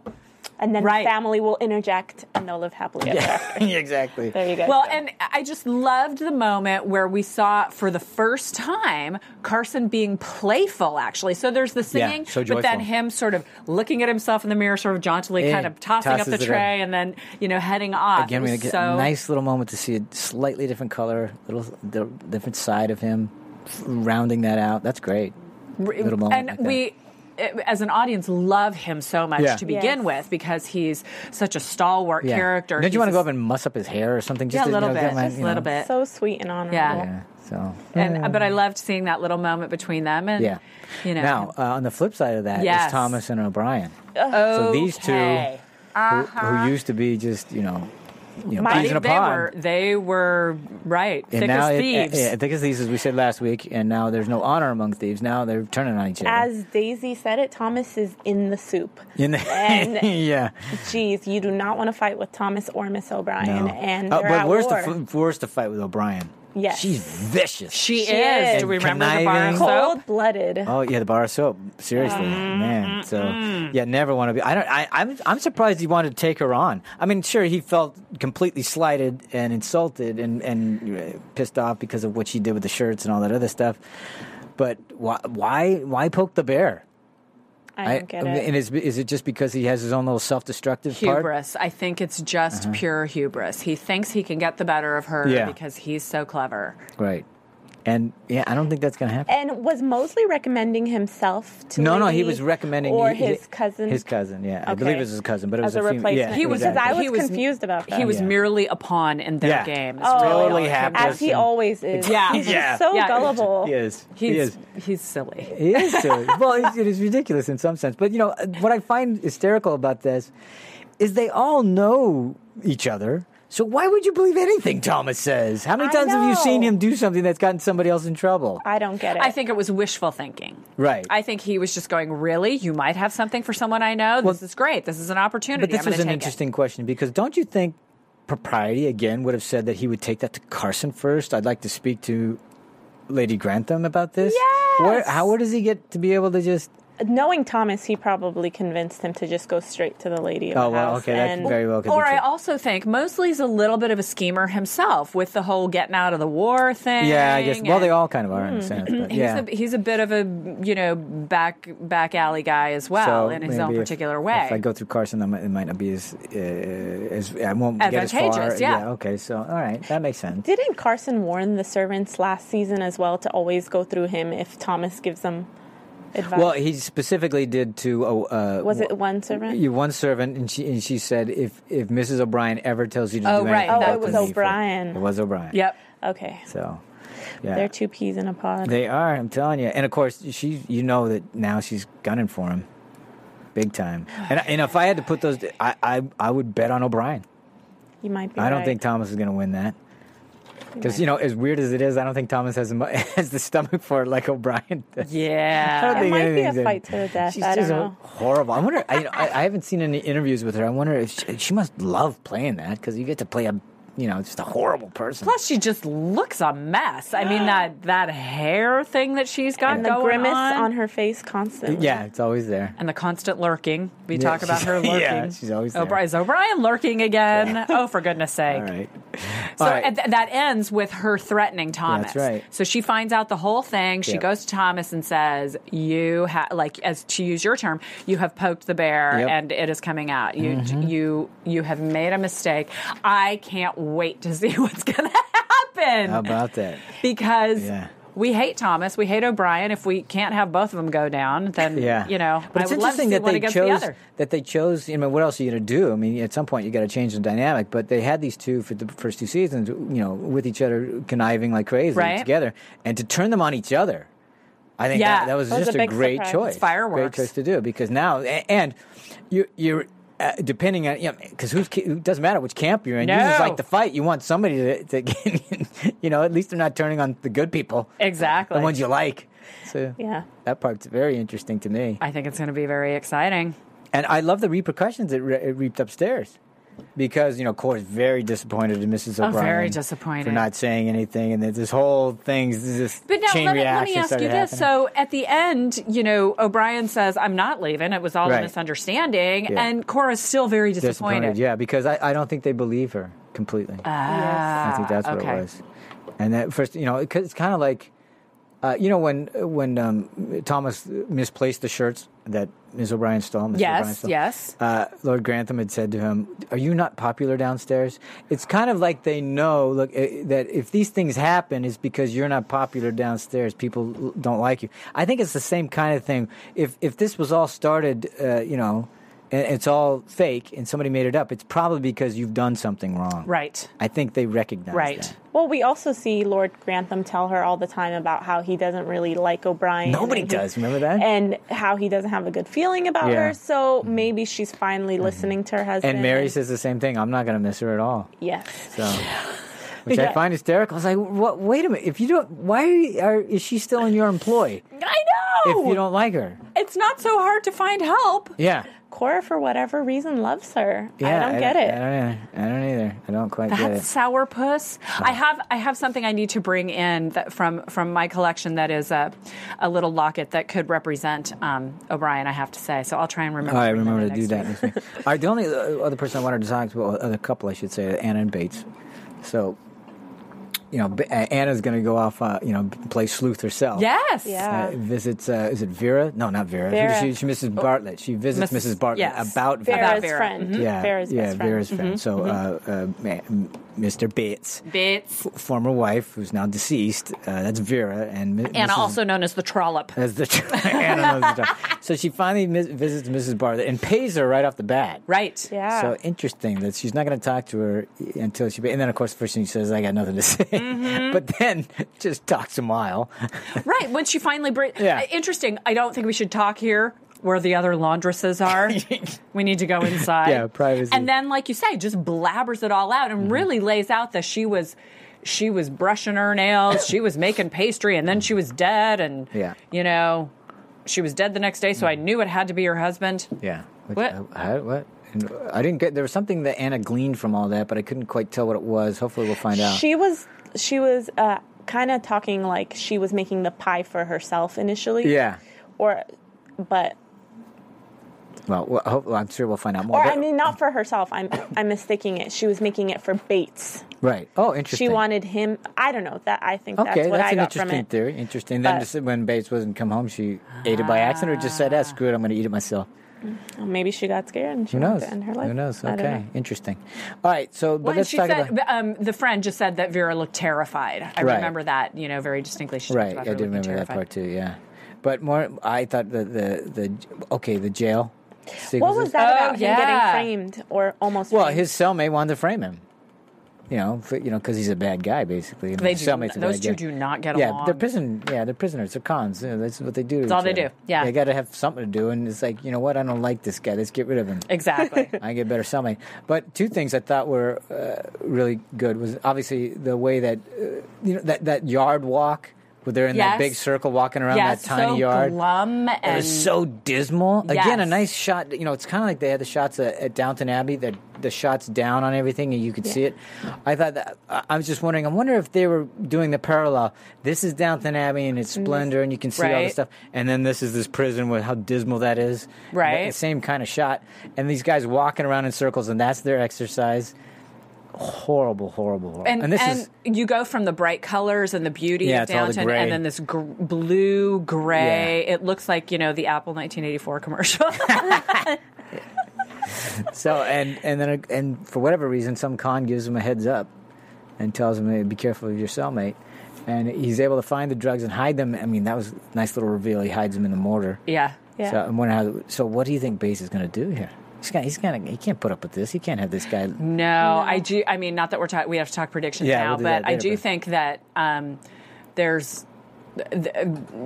and then
Right.
the family will interject and they'll live happily ever after.
exactly.
There you go.
Well, and I just loved the moment where we saw for the first time Carson being playful, actually. So there's the
Yeah,
singing,
so
but then
joyful.
him sort of looking at himself in the mirror, sort of jauntily,
Yeah,
kind of tossing up
tosses it
the
up.
tray and then, you know, heading off.
Again,
It
we're gonna
was
get
so-
a nice little moment to see a slightly different color, little the different side of him, rounding that out. That's great. Little moment
and
like that.
we as an audience love him so much
Yeah.
to begin
Yes.
with because he's such a stalwart
Yeah.
character.
Don't you
He's
want to go
a-
up and muss up his hair or something?
yeah,
Just
a
to,
little
you know,
bit,
get my,
just a
you know,
little bit.
so sweet and honorable.
Yeah.
Yeah. So.
and but I loved seeing that little moment between them and
yeah.
you know
Now, uh, on the flip side of that is
Yes.
Thomas and O'Brien. So these two,
Okay.
who, who used to be just you know, you know,
Uh-huh. My-
peas in
they,
a pod,
were they were right
and
thick
now
as
it-
thieves.
yeah, thick as thieves, as we said last week, and now there's no honor among thieves. Now they're turning on each other.
As Daisy said it, Thomas is in the soup.
In the-
and
yeah.
geez, you do not want to fight with Thomas or Miss O'Brien.
No.
And
Uh,
they're
but
at
where's
war.
the f- where's the fight with O'Brien?
Yes.
she's vicious.
she,
she
is.
is.
Do we remember the bar of
Conniving.
soap?
cold blooded.
Oh yeah, the bar of soap. Seriously,
Mm-hmm,
man. So
mm.
yeah, never want to be. I don't. I, I'm. I'm surprised he wanted to take her on. I mean, sure, he felt completely slighted and insulted and and uh, pissed off because of what she did with the shirts and all that other stuff. But why? Why? Why poke the bear?
I don't get it.
And is is it just because he has his own little self destructive part?
Hubris. I think it's just pure hubris. He thinks he can get the better of her
Uh-huh. Yeah.
because he's so clever.
Right. And yeah, I don't think that's gonna happen.
And was Mosley recommending himself to
No, no, he
Lady
was recommending
or
hi- hi-
his cousin.
His cousin, yeah, I
Okay.
believe it was his cousin, but it
As
was
a
fem- yeah,
replacement.
He was
exactly.
I was
he was-
confused about that.
He was
Yeah.
merely a pawn in their
Yeah.
game. It's
Oh,
really all
Totally
it came
hapless.
down
as
to.
he always is.
Yeah.
he's
Yeah.
just so
Yeah.
gullible.
He is.
He's
he is.
he's silly.
It is silly. well, it, it is ridiculous in some sense. But you know what I find hysterical about this is they all know each other. So why would you believe anything Thomas says? How many
I
times have you seen
know.
him do something that's gotten somebody else in trouble?
I don't get it.
I think it was wishful thinking.
Right.
I think he was just going, really? You might have something for someone I know? This is great. This is an opportunity.
but this
I'm gonna
was an
take it."
interesting question because don't you think propriety again would have said that he would take that to Carson first? I'd like to speak to Lady Grantham about this. Where,
Yes.
how where does he get to be able to just?
knowing Thomas, he probably convinced him to just go straight to the lady. Of
Oh
the
well,
house
okay, that
and,
can very well. could be
Or I
true.
also think Mosley's a little bit of a schemer himself with the whole getting out of the war thing.
Yeah, I guess. Well,
and
they all kind of are in a sense. But
He's,
yeah.
a, he's a bit of a you know back back alley guy as
So
well in his own
maybe if-
particular way.
If I go through Carson, I might, it might not be as uh, as I won't get as far.
Advantageous, yeah.
Okay. So all right, that makes sense.
Didn't Carson warn the servants last season as well to always go through him if Thomas gives them advice?
Well, he specifically did to oh, uh,
was it one servant?
you one servant, and she and she said if if Mrs. O'Brien ever tells you to do
Oh, right,
anything,
that
that's
Oh, it was
the need for it.
O'Brien.
It was O'Brien.
yep.
okay,
So yeah,
they're two peas in a pod.
They are. I'm telling you. And of course, she. You know that now she's gunning for him, big time. And I- and if I had to put those, I I, I would bet on O'Brien.
you might be.
I don't
right.
think Thomas is going to win that. Because you know, as weird as it is, I don't think Thomas has the mo- has the stomach for it like O'Brien does.
Yeah.
I don't
It
think
might be a
anything's in-
fight to the death.
She's
I don't
just
know.
horrible. I wonder. I, you know, I, I haven't seen any interviews with her. I wonder if she, she must love playing that because you get to play a you know just a horrible person.
Plus, she just looks a mess. I mean that that hair thing that she's got
and the
going
grimace on. her face constantly.
yeah, it's always there.
and the constant lurking. We
Yeah,
talk about her
she's-
lurking.
yeah, she's always there.
O'Brien, is O'Brien lurking again? Oh, for goodness sake.
All right.
So
All right.
at th- that ends with her threatening Thomas.
That's right.
So she finds out the whole thing. She
Yep.
goes to Thomas and says, "You ha- like as to use your term, you have poked the bear,
Yep. Mm-hmm.
and it is coming out. You you you have made a mistake. I can't wait to see what's going to happen.
How about that?
because."
Yeah.
We hate Thomas. We hate O'Brien. If we can't have both of them go down, then
Yeah,
you know.
But
I
it's
would love to
interesting
see
that
one
they
against
chose
the other.
that they chose. You know, what else are you going to do? I mean, at some point you got to change the dynamic. But they had these two for the first two seasons. You know, with each other conniving like crazy
Right.
together, and to turn them on each other. I think
Yeah.
that, that was
That was
just
a
a,
big
great
surprise.
choice.
It's fireworks.
Great choice to do because now a- and you you're. Uh, depending on, you know, because who's ca- it doesn't matter which camp you're in. You just
No.
like the fight. You want somebody to, to get, you know, at least they're not turning on the good people,
Exactly.
the ones you like. So
Yeah.
that part's very interesting to me.
I think it's going to be very exciting.
And I love the repercussions it, re- it reaped upstairs. because you know Corey's very disappointed in Mrs.
Oh,
O'Brien.
very disappointed.
for not saying anything, and that this whole thing's this
But now
chain
let, me- let
reaction
me ask you
started
this.
happening.
So at the end, you know, O'Brien says, I'm not leaving. It was all
Right.
a misunderstanding.
Yeah.
And Cora's still very disappointed.
disappointed, yeah, because I, I don't think they believe her completely. I think that's what
Ah, okay.
it was. And that first, you know, it, it's kind of like, uh, you know, when when um, Thomas misplaced the shirts that Ms. O'Brien stole. Mrs. O'Brien
Yes,
stole,
yes.
Uh, Lord Grantham had said to him, "Are you not popular downstairs?" It's kind of like they know, look, eh, that if these things happen, it's because you're not popular downstairs. People l- don't like you. I think it's the same kind of thing. If if this was all started, uh, you know. And it's all fake, and somebody made it up. It's probably because you've done something wrong.
Right.
I think they recognize
Right.
that.
Well, we also see Lord Grantham tell her all the time about how he doesn't really like O'Brien.
Nobody
and he-
does, remember that?
And how he doesn't have a good feeling about
Yeah. Mm-hmm.
her. So maybe she's finally listening to her husband.
And Mary says the same thing. I'm not going to miss her at all.
yes.
So, which I
Yeah.
find hysterical. I was like, what, wait a minute. If you don't, why are, you, are is she still in your employ?
I know.
If you don't like her,
it's not so hard to find help.
yeah,
Cora, for whatever reason, loves her.
yeah.
I don't get it.
I don't, either. I don't either. I don't quite get
That
it.
sourpuss. I have I have something I need to bring in that from from my collection that is a a little locket that could represent um, O'Brien. I have to say, so I'll try and remember.
Oh, I
bring that
remember to
in
do
next
that.
week.
next week. All right, the only uh, other person I wanted to talk to, well, other couple, I should say, Anna and Bates. So, you know, B- uh, Anna's going to go off, uh, you know, play sleuth herself.
Yes.
Yeah.
uh, visits. Uh, is it Vera? No, not Vera.
Vera. Oh.
She, she Mrs. Bartlett. She visits
Mrs.
Mrs. Bartlett
yes.
about Vera. Mm-hmm.
Vera's
Vera.
friend.
Yeah,
Mm-hmm. Vera's
yeah,
best friend. Mm-hmm.
Vera's friend. So, uh, uh, ma- m- Mr. Bates,
Bits.
former wife who's now deceased. Uh, that's Vera, and Mi-
Anna,
Mrs.
also known as the trollop.
As the Anna knows the job. So she finally mis- visits Mrs. Bartlett and pays her right off the bat.
Right.
Yeah.
So interesting that she's not going to talk to her until she. And then, of course, the first thing she says, "I got nothing to say,"
Mm-hmm.
but then just talks a mile.
Right. When she finally brings.
Yeah.
Interesting. I don't think we should talk here where the other laundresses are. we need to go inside.
Yeah, privacy. Mm-hmm.
And then, like you say, just blabbers it all out and really lays out that she was. She was brushing her nails. She was making pastry, and then she was dead. And
Yeah.
you know, she was dead the next day. So I knew it had to be her husband.
Yeah. Which,
What?
uh, I, what? And I didn't get. There was something that Anna gleaned from all that, but I couldn't quite tell what it was. Hopefully, we'll find out.
She was she was uh, kind of talking like she was making the pie for herself initially.
Yeah.
Or, but
Well, well, hope, well I'm sure we'll find out more.
or I
But-
mean not for herself. I'm I'm mistaking it. She was making it for Bates.
right. Oh, interesting.
She wanted him. I don't know. That I think
Okay,
that's
that's,
what I
an
got from
interesting
it.
theory. Interesting. Then
But-
just when Bates wasn't come home, she ate it by accident, or just said, "Ah, screw it, I'm going to eat it myself."
Well, Maybe she got scared and she
Who
wanted
knows?
to end her life.
Who knows?
I don't
Okay,
know.
interesting. All right, so but
Well, and
let's
she
talk
said
about
um, the friend just said that Vera looked terrified. I
Right.
remember that, you know, very distinctly. She talked
right.
about
I
her
did
looking
remember that
terrified.
part too. Yeah, but more. I thought the the the okay the jail.
What was that
Oh,
about
yeah.
him getting framed or almost?
Well,
framed?
his cellmate wanted to frame him. You know, for, you know, because he's a bad guy, basically. And
They
his
do-
cellmate's a
those
bad
two
guy.
do not get
yeah,
along.
they're prison. Yeah, they're prisoners. They're cons. Yeah, that's what they do. That's
all they do. Yeah.
they got to have something to do, and it's like, you know what? I don't like this guy. Let's get rid of him.
Exactly.
I get better cellmate. But two things I thought were uh, really good was obviously the way that uh, you know that that yard walk where they're in that
Yes.
big circle walking around
yes,
that tiny
so
yard.
glum
It
and
was so dismal. Again, a
Yes.
nice shot. You know, it's kind of like they had the shots at, at Downton Abbey. That the shots down on everything, and you could see it. I thought that I I was just wondering. I wonder if they were doing the parallel. This is Downton Abbey, and it's splendor, and you can see all
Mm. Right.
this stuff. And then this is this prison with how dismal that is. And that-
Right.
The same kind of shot. And these guys walking around in circles, and that's their exercise. Horrible, horrible, horrible.
and,
this
and
is
you go from the bright colors and the beauty
Yeah,
of
it's all the
downtown,
gray.
and then this gr- blue gray. It looks like you know the Apple 1984 commercial.
So and and then and for whatever reason, some con gives him a heads up and tells him, hey, "Be careful of your cellmate." And he's able to find the drugs and hide them. I mean, that was a nice little reveal. He hides them in the mortar.
yeah.
Yeah.
So I'm wondering how. So what do you think Bass is going to do here? He's got. He's gonna. He can't put up with this. He can't have this guy.
No, I do. I mean, not that we're talking. We have to talk predictions
Yeah,
now,
we'll do
but
that
I
later,
do
but-
think that um, there's th-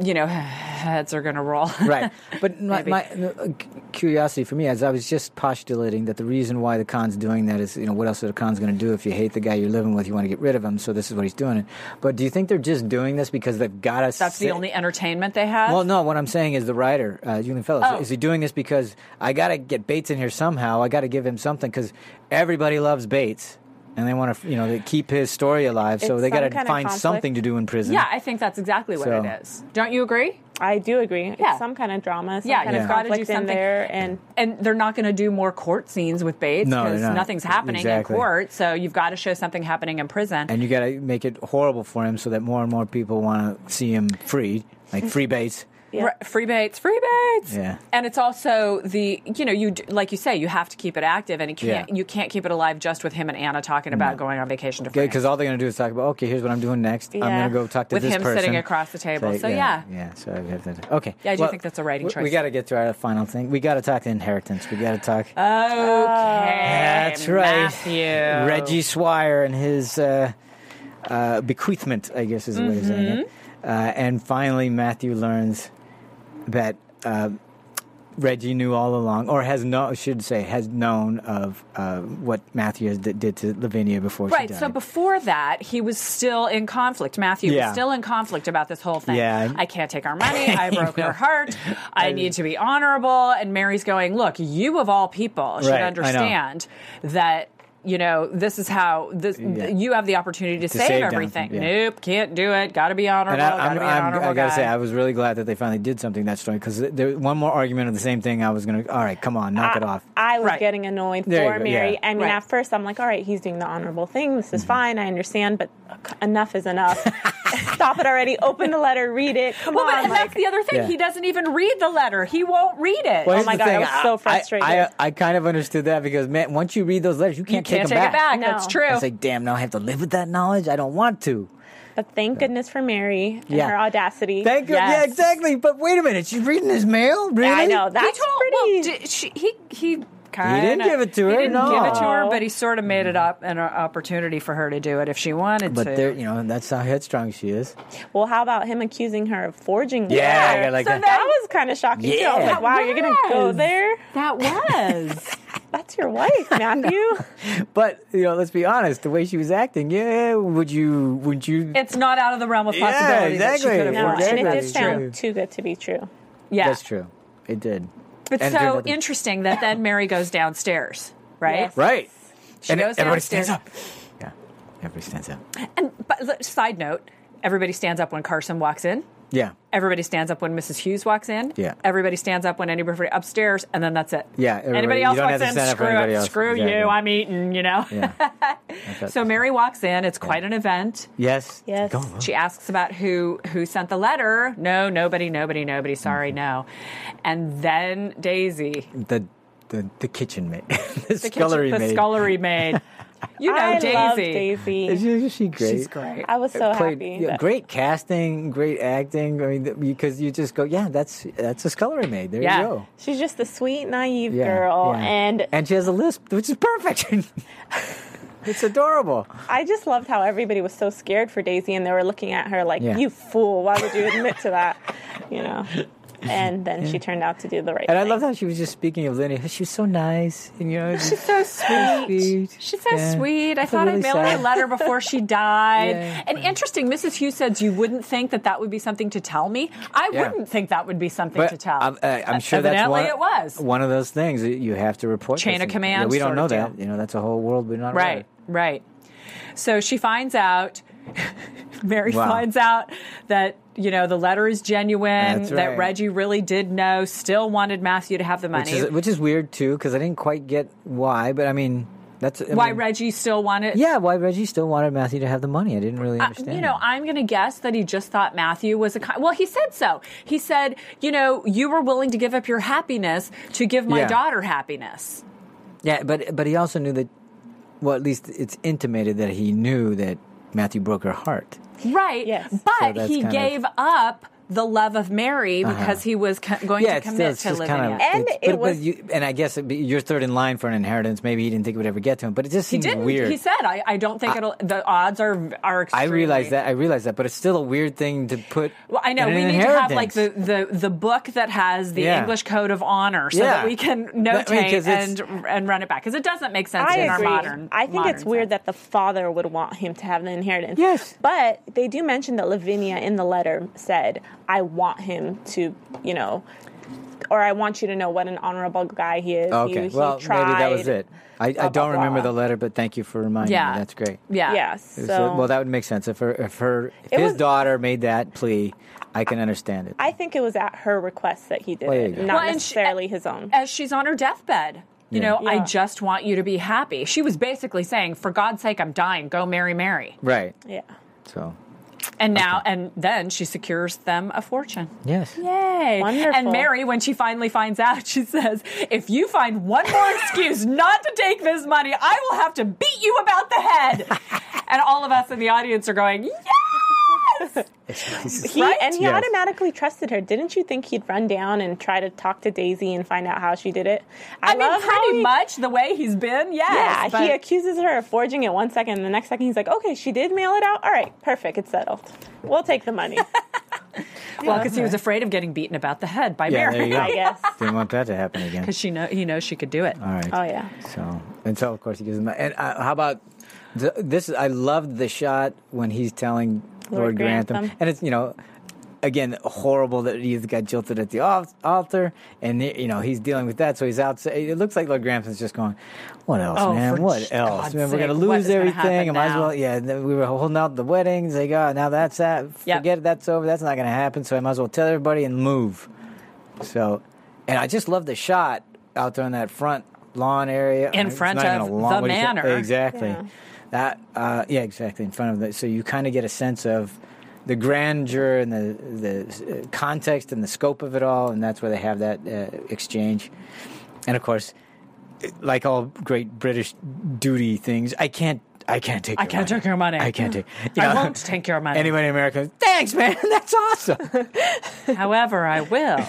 you know, heads are going to roll.
right. But my,
Maybe.
my uh, c- curiosity for me is I was just postulating that the reason why the con's doing that is, you know, what else are the cons going to do if you hate the guy you're living with, you want to get rid of him, so this is what he's doing. But do you think they're just doing this because they've got to
That's the only entertainment they have.
Well, no, what I'm saying is the writer, uh, Julian Fellows,
Oh.
is he doing this because I got to get Bates in here somehow? I got to give him something because everybody loves Bates. And they want to, you know, they keep his story alive, so
It's
they got to
some kind of
find
conflict.
something to do in prison.
Yeah, I think that's exactly what
So-
it is. Don't you agree?
I do agree.
Yeah.
It's some kind of drama, some
Yeah,
kind
you've
of
gotta do
conflict in
something.
there, and
And they're not going to do more court scenes with Bates
No, they're
because
not.
nothing's happening
Exactly.
in court. So you've got to show something happening in prison.
and you got to make it horrible for him so that more and more people want to see him free, like free Bates.
Yeah.
Right, free baits, free baits.
Yeah.
And it's also the you know you d- like you say you have to keep it active and it can't
Yeah.
you can't keep it alive just with him and Anna talking about going on vacation to France.
Because all they're going to do is talk about, okay, here's what I'm doing next. I'm
Yeah.
going to go talk to
With
this
him
person.
sitting across the table. So,
yeah,
yeah.
so I have to. Okay.
Yeah, I do think that's a writing
we- We
choice.
got to get to our final thing. We got to talk inheritance. We got to talk.
Oh, okay,
that's right.
Matthew.
Reggie Swire and his uh, uh, bequeathment, I guess, is the way of saying it. Uh,
Mm-hmm.
and finally, Matthew learns that uh, Reggie knew all along, or has no, I should say, has known of uh, what Matthew has- did, did to Lavinia before she
Right.
died.
So before that, he was still in conflict. Matthew
Yeah.
was still in conflict about this whole thing.
Yeah.
I can't take our money. I broke
know.
her heart. I need to be honorable. And Mary's going, look, you of all people should
Right, I know.
understand that. You know, this is how this.
Yeah.
You have the opportunity to, save,
save Jonathan,
everything.
yeah.
Nope, can't do it. Got to be honorable.
and I,
gotta
I'm,
be an
I'm,
honorable
I gotta
guy.
say, I was really glad that they finally did something in that story because there one more argument of the same thing. I was gonna, all right, come on, knock it off.
I was
Right.
getting annoyed
There you
for
go,
Mary.
yeah. Mm-hmm.
I mean,
Right.
at first, I'm like, all right, he's doing the honorable thing. This is fine. I understand, but enough is enough. Stop it already. Open the letter, read it. Come
Well, but
on.
and that's
Like,
the other thing.
Yeah.
He doesn't even read the letter. He won't read
Well,
it.
Oh
here's
my
the
God, I
thing,
was so frustrated.
I, I kind of understood that because man, once you read those letters, you
you
can't,
Oh, can't take,
them
it back.
No.
That's true.
It's like, damn, now I have to live with that knowledge. I don't want to.
but Uh, thank goodness for Mary and
Yeah.
her audacity.
Thank you. Yeah,
Yes.
exactly. But wait a minute, she's reading this mail, really?
I know that's
he told,
pretty.
Well, d- she, he he kind
didn't give it to her,
He didn't
no.
give it to her, but he sort of made it up an opportunity for her to do it if she wanted
But
to.
there, you know, that's how headstrong she is.
well, how about him accusing her of forging? the
Yeah,
letter?
I like
so
that.
that. was kind of shocking too. I was
Yeah.
like, wow, you're gonna go
Yes.
there?
that was
That's your wife, Matthew.
But you know, let's be honest. The way she was acting, yeah, would you? Would you?
it's not out of the realm of
Yeah,
possibility that she
exactly.
could have
no,
Yeah,
forged
and it
exactly.
it.
did
That's
sound
true.
too good to be true.
Yeah,
That's true. It did. And
But
it turned
so
out to-
interesting that then Mary goes downstairs, right?
Yes.
Right.
She
and
goes
everybody
downstairs.
stands up. Yeah, everybody stands up.
And but l- side note, everybody stands up when Carson walks in.
Yeah,
Everybody stands up when Mrs. Hughes walks in.
Yeah.
Everybody stands up when anybody upstairs, and then that's it.
Yeah, everybody-
Anybody
you
else
don't
walks
have to
in,
stand up for
screw
anybody
it,
else.
screw you,
Exactly.
I'm eating, you know?
yeah. I thought-
So Mary walks in. It's quite an event.
Yes.
Yes.
Go on.
She asks about who who sent the letter. No, nobody, nobody, nobody. Sorry, no. And then Daisy,
the the the kitchen maid, the,
the
scullery
kitchen, the
maid.
scullery maid. You know
I
Daisy.
love Daisy.
Is she, is she great?
She's great.
I was so
Played-
happy.
yeah, great casting, great acting. I mean, th- because you just go, yeah, that's that's a scullery maid. There
Yeah.
you go.
She's just a sweet, naive
Yeah,
girl,
yeah.
and
and she has a lisp, which is perfect. it's adorable.
I just loved how everybody was so scared for Daisy, and they were looking at her like,
Yeah.
"You fool! Why would you admit to that?" You know. And then she turned out to do the right
And I
thing.
love how she was just speaking of Lenny. She was so nice, and you know,
She's so sweet.
Sweet.
She's so
Yeah.
sweet. I
I feel
thought
really
I'd mail her
sad.
a letter before she died.
Yeah.
And interesting, Mrs. Hughes says you wouldn't think that that would be something to tell me. I
Yeah.
wouldn't think that would be something to tell.
I'm, uh, I'm
Uh,
sure that's
Evidently
one,
it was.
one of those things that you have to report.
Chain
those
of
things.
command
Yeah, we don't
sort
know
of
that.
deal.
You know, that's a whole world we're not aware of.
Right, right. So she finds out. Mary
Wow.
finds out that you know the letter is genuine.
That's
That
right.
Reggie really did know. Still wanted Matthew to have the money.
which is which is weird too because I didn't quite get why, but I mean that's I
why
mean,
Reggie still wanted?
Yeah, why Reggie still wanted Matthew to have the money? I didn't really
I-
understand.
Uh, you know,
that.
I'm going to guess that he just thought Matthew was a kind. Well, he said so. He said, you know, you were willing to give up your happiness to give my
Yeah.
daughter happiness.
yeah, but but he also knew that. Well, at least it's intimated that he knew that Matthew broke her heart.
Right.
Yes.
But
So that's
he
kind of-
gave up the love of Mary because he was co- going
yeah,
to
it's,
commit
still- it's
to
just
living
kind of,
it.
And
it's-
it
but, but
was-
you, and I guess it'd be, you're third in line for an inheritance. Maybe he didn't think it would ever get to him, but it just
he
seems
didn't.
weird.
He said, "I, I don't think it'll." The odds are are.
I
Extremely.
realize that. I realize that, but it's still a weird thing to put.
Well, I know
in
we
an
need to have like the,
inheritance.
the, the book that has the
Yeah.
English Code of Honor, so
Yeah.
that we can
That-
notate
I mean, 'cause it's-
and and run it back because it doesn't make sense
I
in
agree.
our modern.
I think it's
modern
weird
sense.
that the father would want him to have the inheritance.
Yes.
But they do mention that Lavinia in the letter said, I want him to, you know, or I want you to know what an honorable guy he is.
Okay,
He, he
well, maybe that was
tried."
it. I, I
blah,
don't
blah,
remember
blah.
the letter, but thank you for reminding
Yeah.
me. That's great.
Yeah.
Yeah. So,
So, well, that would make sense if her, if her, if
It
his
was-
daughter made that plea. I can understand it.
I think it was at her request that he did
Well, there you
it,
go.
not
Well, and she-
necessarily his own.
as she's on her deathbed. You
Yeah.
know, I
Yeah.
just want you to be happy. She was basically saying, "For God's sake, I'm dying. Go marry Mary."
right.
yeah.
So
And now, and then she secures them a fortune.
yes.
Yay!
Wonderful.
And Mary, when she finally finds out, she says, "If you find one more excuse not to take this money, I will have to beat you about the head." and all of us in the audience are going, "Yes!"
He,
Right?
And he
Yes.
automatically trusted her. Didn't you think he'd run down and try to talk to Daisy and find out how she did it?
I,
love
mean,
how
pretty
he-
much the way he's been.
Yeah,
Yes,
he
but-
accuses her of forging it one second, and the next second he's like, okay, she did mail it out. All right, perfect, it's settled. We'll take the money,
well, because he was afraid of getting beaten about the head by
Yeah.
Mary.
There you go.
I guess.
Didn't want that to happen again.
Because she know he knows she could do it.
All right.
Oh, yeah.
So and so of course he gives him. And uh, how about the, this? I loved the shot when he's telling Lord,
Lord
Grantham.
Grantham.
and it's you know. Again, horrible that he got jilted at the al- altar, and you know he's dealing with that. So he's outside. It looks like Lord Grantham's just going, "What else,
Oh,
man?
for
What
j-
else?
God's
man, we're gonna
sake, what
lose
is gonna
everything.
happen
I might as
now?"
well. Yeah, th- we were holding out the weddings. Like, oh, now that's that.
Yep.
Forget that's over. That's not gonna happen. So I might as well tell everybody and move. So, and I just love the shot out there on that front lawn area
In
It's
front
not even
of
a lawn,
the
what do you call-
manor.
Exactly.
Yeah.
That uh, yeah, exactly in front of the. So you kind of get a sense of the grandeur and the the uh, context and the scope of it all, and that's where they have that uh, exchange. And of course, it- like all great British duty things, I can't. I can't take.
I
your
can't
money.
take your money.
I can't take.
I won't take your money.
Anyone in America? Thanks, man. That's awesome.
However, I will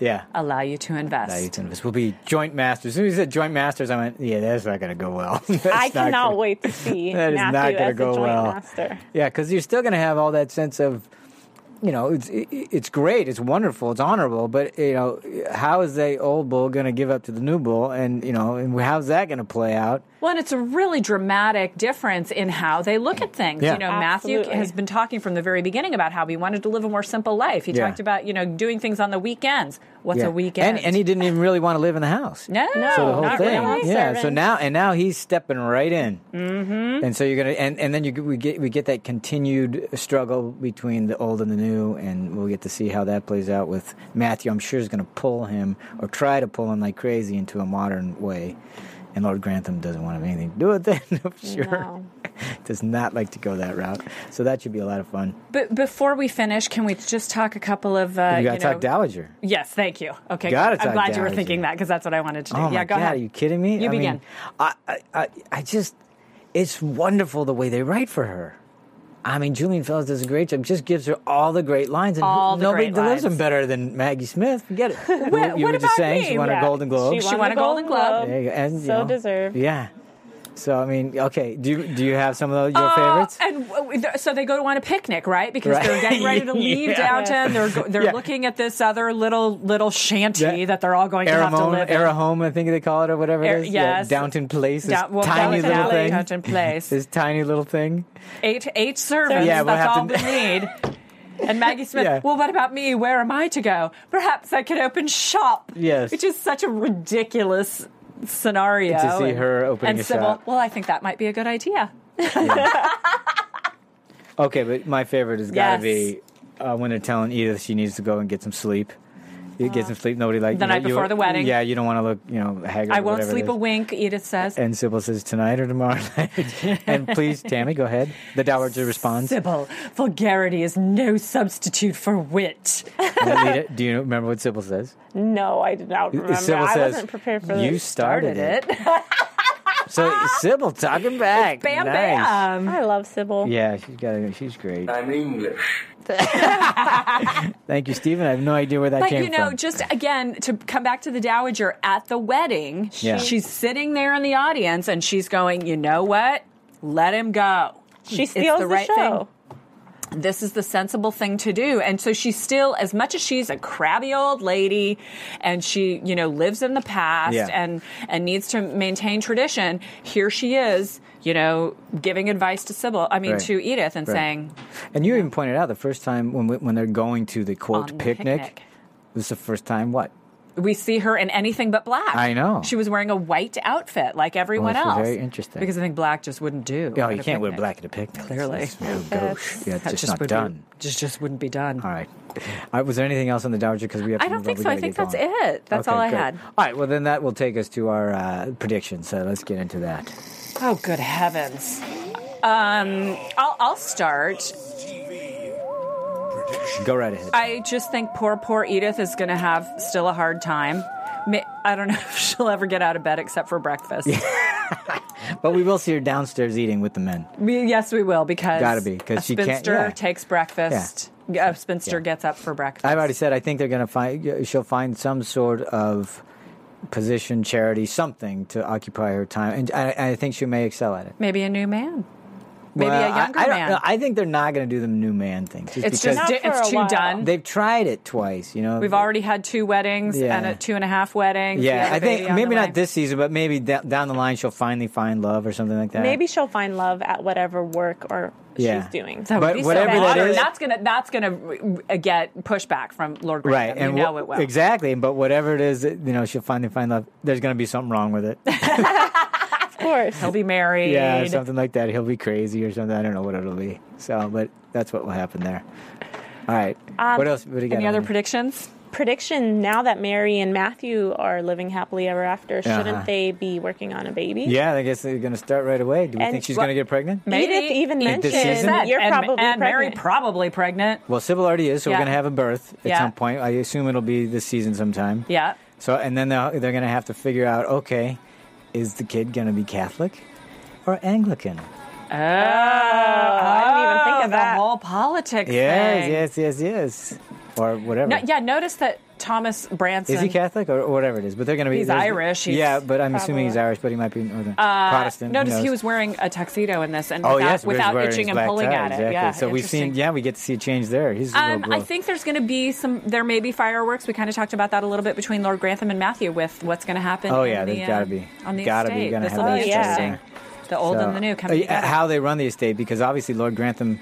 yeah.
allow you to invest.
Now you can- We'll be joint masters. As soon as he said joint masters, I went, yeah, that's not going to go well. That's
I
not
cannot
gonna-
wait to see
That is
Matthew
not going to
as
go
a joint
well.
master.
Yeah, because you're still going to have all that sense of, you know, it's it, it's great, it's wonderful, it's honorable, but you know, how is the old bull going to give up to the new bull, and you know, and how's that going to play out?
Well, and it's a really dramatic difference in how they look at things.
Yeah.
You know,
Absolutely.
Matthew has been talking from the very beginning about how he wanted to live a more simple life. He
Yeah.
talked about, you know, doing things on the weekends. What's
Yeah.
a weekend?
And and he didn't even really want to live in the house.
no,
So the whole
not
thing,
really.
yeah. So
Servants.
now and now he's stepping right in, mm-hmm. and so you're gonna and, and then you we get we get that continued struggle between the old and the new, and we'll get to see how that plays out with Matthew. I'm sure is gonna pull him or try to pull him like crazy into a modern way, and Lord Grantham doesn't want to have anything to do with that. I'm sure
No.
does not like to go that route. So that should be a lot of fun.
But before we finish, can we just talk a couple of, uh,
You
you,
gotta
know,
talk dowager.
Yes, thank you. Okay,
Gotta
I'm
talk
glad you were
dowager.
thinking that because that's what I wanted to do.
Oh
yeah,
my
go
God,
ahead.
Are you kidding me?
You
I
begin.
Mean, I, I, I, I just, it's wonderful the way they write for her. I mean, Julian Fellows does a great job. Just gives her all the great lines, and
All the
nobody
great
delivers them
lines.
better than Maggie Smith. Forget it. you
What-
you were
what
just
about
saying she
me?
won
Yeah.
her Golden Globe.
She
She won a Golden Globe.
There you go. And, you
so
know,
deserved.
Yeah. So I mean, okay. Do you do you have some of those, your
Uh,
favorites?
And w- w- th- so they go on a picnic, right? Because
Right.
they're getting ready to leave
Yeah.
downtown. They're go- they're
Yeah.
looking at this other little little shanty
Yeah.
that they're all going to have to
Aramone,
live in.
Arahome, I think they call it, or whatever
Air-
it is. Yeah,
yes.
Downton Place. This
Down- well,
tiny
Downton
little
Alley,
thing.
Downton Place.
This tiny little thing.
Eight eight servants.
Yeah, we'll
that's all
have
we need. And Maggie Smith.
Yeah.
Well, what about me? Where am I to go? Perhaps I could open shop.
Yes.
which is such a ridiculous scenario.
To see her opening
and
a
Sybil,
shop.
Well, I think that might be a good idea.
Okay, but my favorite has got to
Yes.
be uh, when they're telling Edith she needs to go and get some sleep. You get some sleep. Nobody like
Uh, The
you know,
night
you-
before the wedding.
Yeah, you don't want to look, you know, haggard.
I
or
won't
whatever it
sleep
is.
a wink. Edith says.
And Sybil says tonight or tomorrow night. and please, Tammy, go ahead. The dowager responds.
Sybil, vulgarity is no substitute for wit.
Alita, Do you remember what Sybil says?
No, I did not remember.
Sybil
I
says,
wasn't prepared for
"You
this.
started it." So Sybil talking back.
Ah! Bam,
Nice.
bam.
I love Sybil.
Yeah, she's got. A, she's great.
I'm English.
Thank you, Stephen. I have no idea where that
But
came
you know,
from.
just again to come back to the dowager at the wedding,
Yeah.
she's sitting there in the audience and she's going, "You know what? Let him go.
She
It's
steals the,
right
show.
Thing. This is the sensible thing to do." And so she's still as much as she's a crabby old lady and she, you know, lives in the past
Yeah.
and and needs to maintain tradition, here she is, you know, giving advice to Sybil, I mean
Right.
to Edith and
Right.
saying,
and you even pointed out the first time when we- when they're going to the quote
On the
picnic,
picnic.
This is the first time. What?
we see her in anything but black.
I know.
She was wearing a white outfit like everyone
this was
else.
very interesting.
Because I think black just wouldn't do.
Oh,
at
you
a
can't wear
picnic.
black at a picnic.
Clearly.
It's real gauche. Yeah, it's
That
just, not
would be-
done.
just just wouldn't be done.
All right. All right. Was there anything else on the Dowager? Because we have.
I
to move
don't think
on. We
so. I
gotta
think
get
that's
going.
it. That's
Okay,
all I
good.
had.
All right. Well, then that will take us to our uh, predictions. So let's get into that.
Oh, good heavens. Um, I'll, I'll start.
Go right ahead.
I just think poor, poor Edith is going to have still a hard time. Ma- I don't know if she'll ever get out of bed except for breakfast.
but we will see her downstairs eating with the men.
We- yes, we will because
Gotta be,
a
'cause she can't-
spinster
yeah.
takes breakfast. A spinster gets up for breakfast.
I've already said I think they're going to find she'll find some sort of position, charity, something to occupy her time, and I, I think she may excel at it.
Maybe a new man. Maybe
Well,
a
I-
younger
I, don't
man.
know. I think they're not going to do the new man thing. Just
it's
because
just di-
Not for
it's
a
too
while.
done.
they've tried it twice. You know,
We've already had two weddings
Yeah.
and a two and a half weddings. We
Yeah,
have a
I think
baby on
maybe
the
not
way.
this season, but maybe da- down the line she'll finally find love or something like that.
Maybe she'll find love at whatever work or
Yeah.
she's doing.
That would
but
be
whatever
Oh, so
that
modern.
is-
that's gonna that's gonna uh, get pushback from Lord Graham.
right,
you
and
know
wha-
it will.
exactly. But whatever it is, that, you know, she'll finally find love. There's going to be something wrong with it.
Of course.
He'll be married.
yeah, or something like that. He'll be crazy or something. I don't know what it'll be. So, but that's what will happen there. All right. what else? What do you got
Um, Any
on
other
there?
predictions?
Prediction now that Mary and Matthew are living happily ever after, shouldn't
Uh-huh.
they be working on a baby?
Yeah, I guess they're going to start right away. Do we
And
think she's
what-
going to get pregnant?
Edith even
Edith
mentioned
season?
said,
you're
and,
probably
and Mary
pregnant.
probably pregnant.
Well, Sybil already is, so
Yeah.
we're going to have a birth at
Yeah.
some point. I assume it'll be this season sometime.
Yeah.
So, and then they're, they're going to have to figure out okay, is the kid going to be Catholic or Anglican?
Oh, I
didn't even think of that.
Oh, The whole politics
Yes,
thing.
yes, yes, yes. Or whatever.
No, yeah, notice that Thomas Branson.
Is he Catholic or or whatever it is? But they're going to be.
He's
there's-
Irish, he's Uh,
yeah, but I'm assuming he's
probably-
Irish, but he might be Northern Protestant. who
Notice he
knows?
was wearing a tuxedo in this, and
Oh
without,
yes,
without
wearing his
itching and
black
pulling
tie,
at it.
Exactly.
Yeah,
so we've seen,
interesting.
yeah, we get to see a change there. He's a
Um,
little
I
growth.
think there's going to be some. There may be fireworks. We kind of talked about that a little bit between Lord Grantham and Matthew with what's going to happen.
Oh,
in
yeah,
the,
there's gotta
uh,
be.
on the
Gotta be
estate.
gonna
this
have
will
an
be
estate
interesting.
there.
The old
So,
and the new
uh,
coming together.
How they run the estate, because obviously Lord Grantham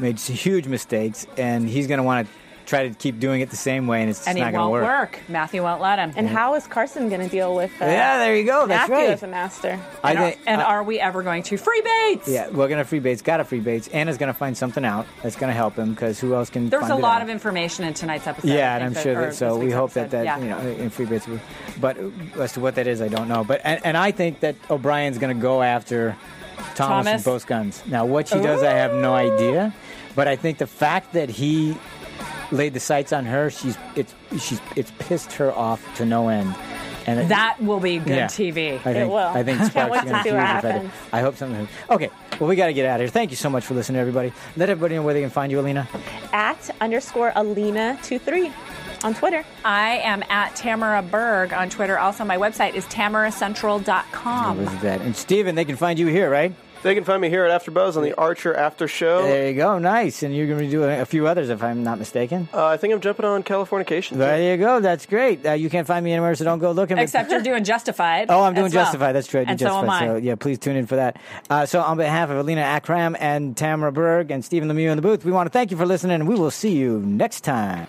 made s- huge mistakes, and he's going to want to try to keep doing it the same way, and it's just
and he
not
won't
going to work.
Matthew won't let him.
and how is Carson going to deal with uh,
Yeah, there you go. That's
Matthew
right.
as a master?
I
and, are,
think.
and
uh,
are we ever going to free baits?
yeah, we're gonna free baits. Gotta free baits. Anna's gonna find something out that's gonna help him because who else can?
There's
find
a
it
lot
out?
of information in tonight's episode.
Yeah,
I
and
think
I'm sure
or
that. So
this
we
week's
hope that
episode.
that
Yeah.
you know in free bits, we- but uh, as to what that is, I don't know. But and, and I think that O'Brien's going to go after Thomas,
Thomas?
with both guns. Now, what she does, I have no idea. But I think the fact that he laid the sights on her, she's it's she's it's pissed her off to no end. And it-
that will be good
yeah.
TV.
I think,
will.
I think
Can't
Sparks
wait
is
to
going to
see
see
what
happens.
happens.
I hope something. Okay, well, we got to get out of here. Thank you so much for listening, everybody. Let everybody know where they can find you, Alina.
At underscore Alina23 on Twitter.
I am at Tamara Berg on Twitter. Also, my website is tamaracentral.com.
With that. And Steven, they can find you here, right?
They can find me here at AfterBuzz on the Archer After Show.
There you go, nice. And you're going to do a, a few others, if I'm not mistaken.
Oh,
Uh, I think I'm jumping on Californication.
There you go, that's great. Uh, you can't find me anywhere, so don't go looking. but-
Except you're doing Justified.
Oh, I'm doing
as well.
Justified. That's true. I do
And
Justified.
so am I.
yeah, please tune in for that. Uh, so, on behalf of Alina Akram and Tamara Berg and Stephen Lemieux in the booth, we want to thank you for listening, and we will see you next time.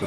The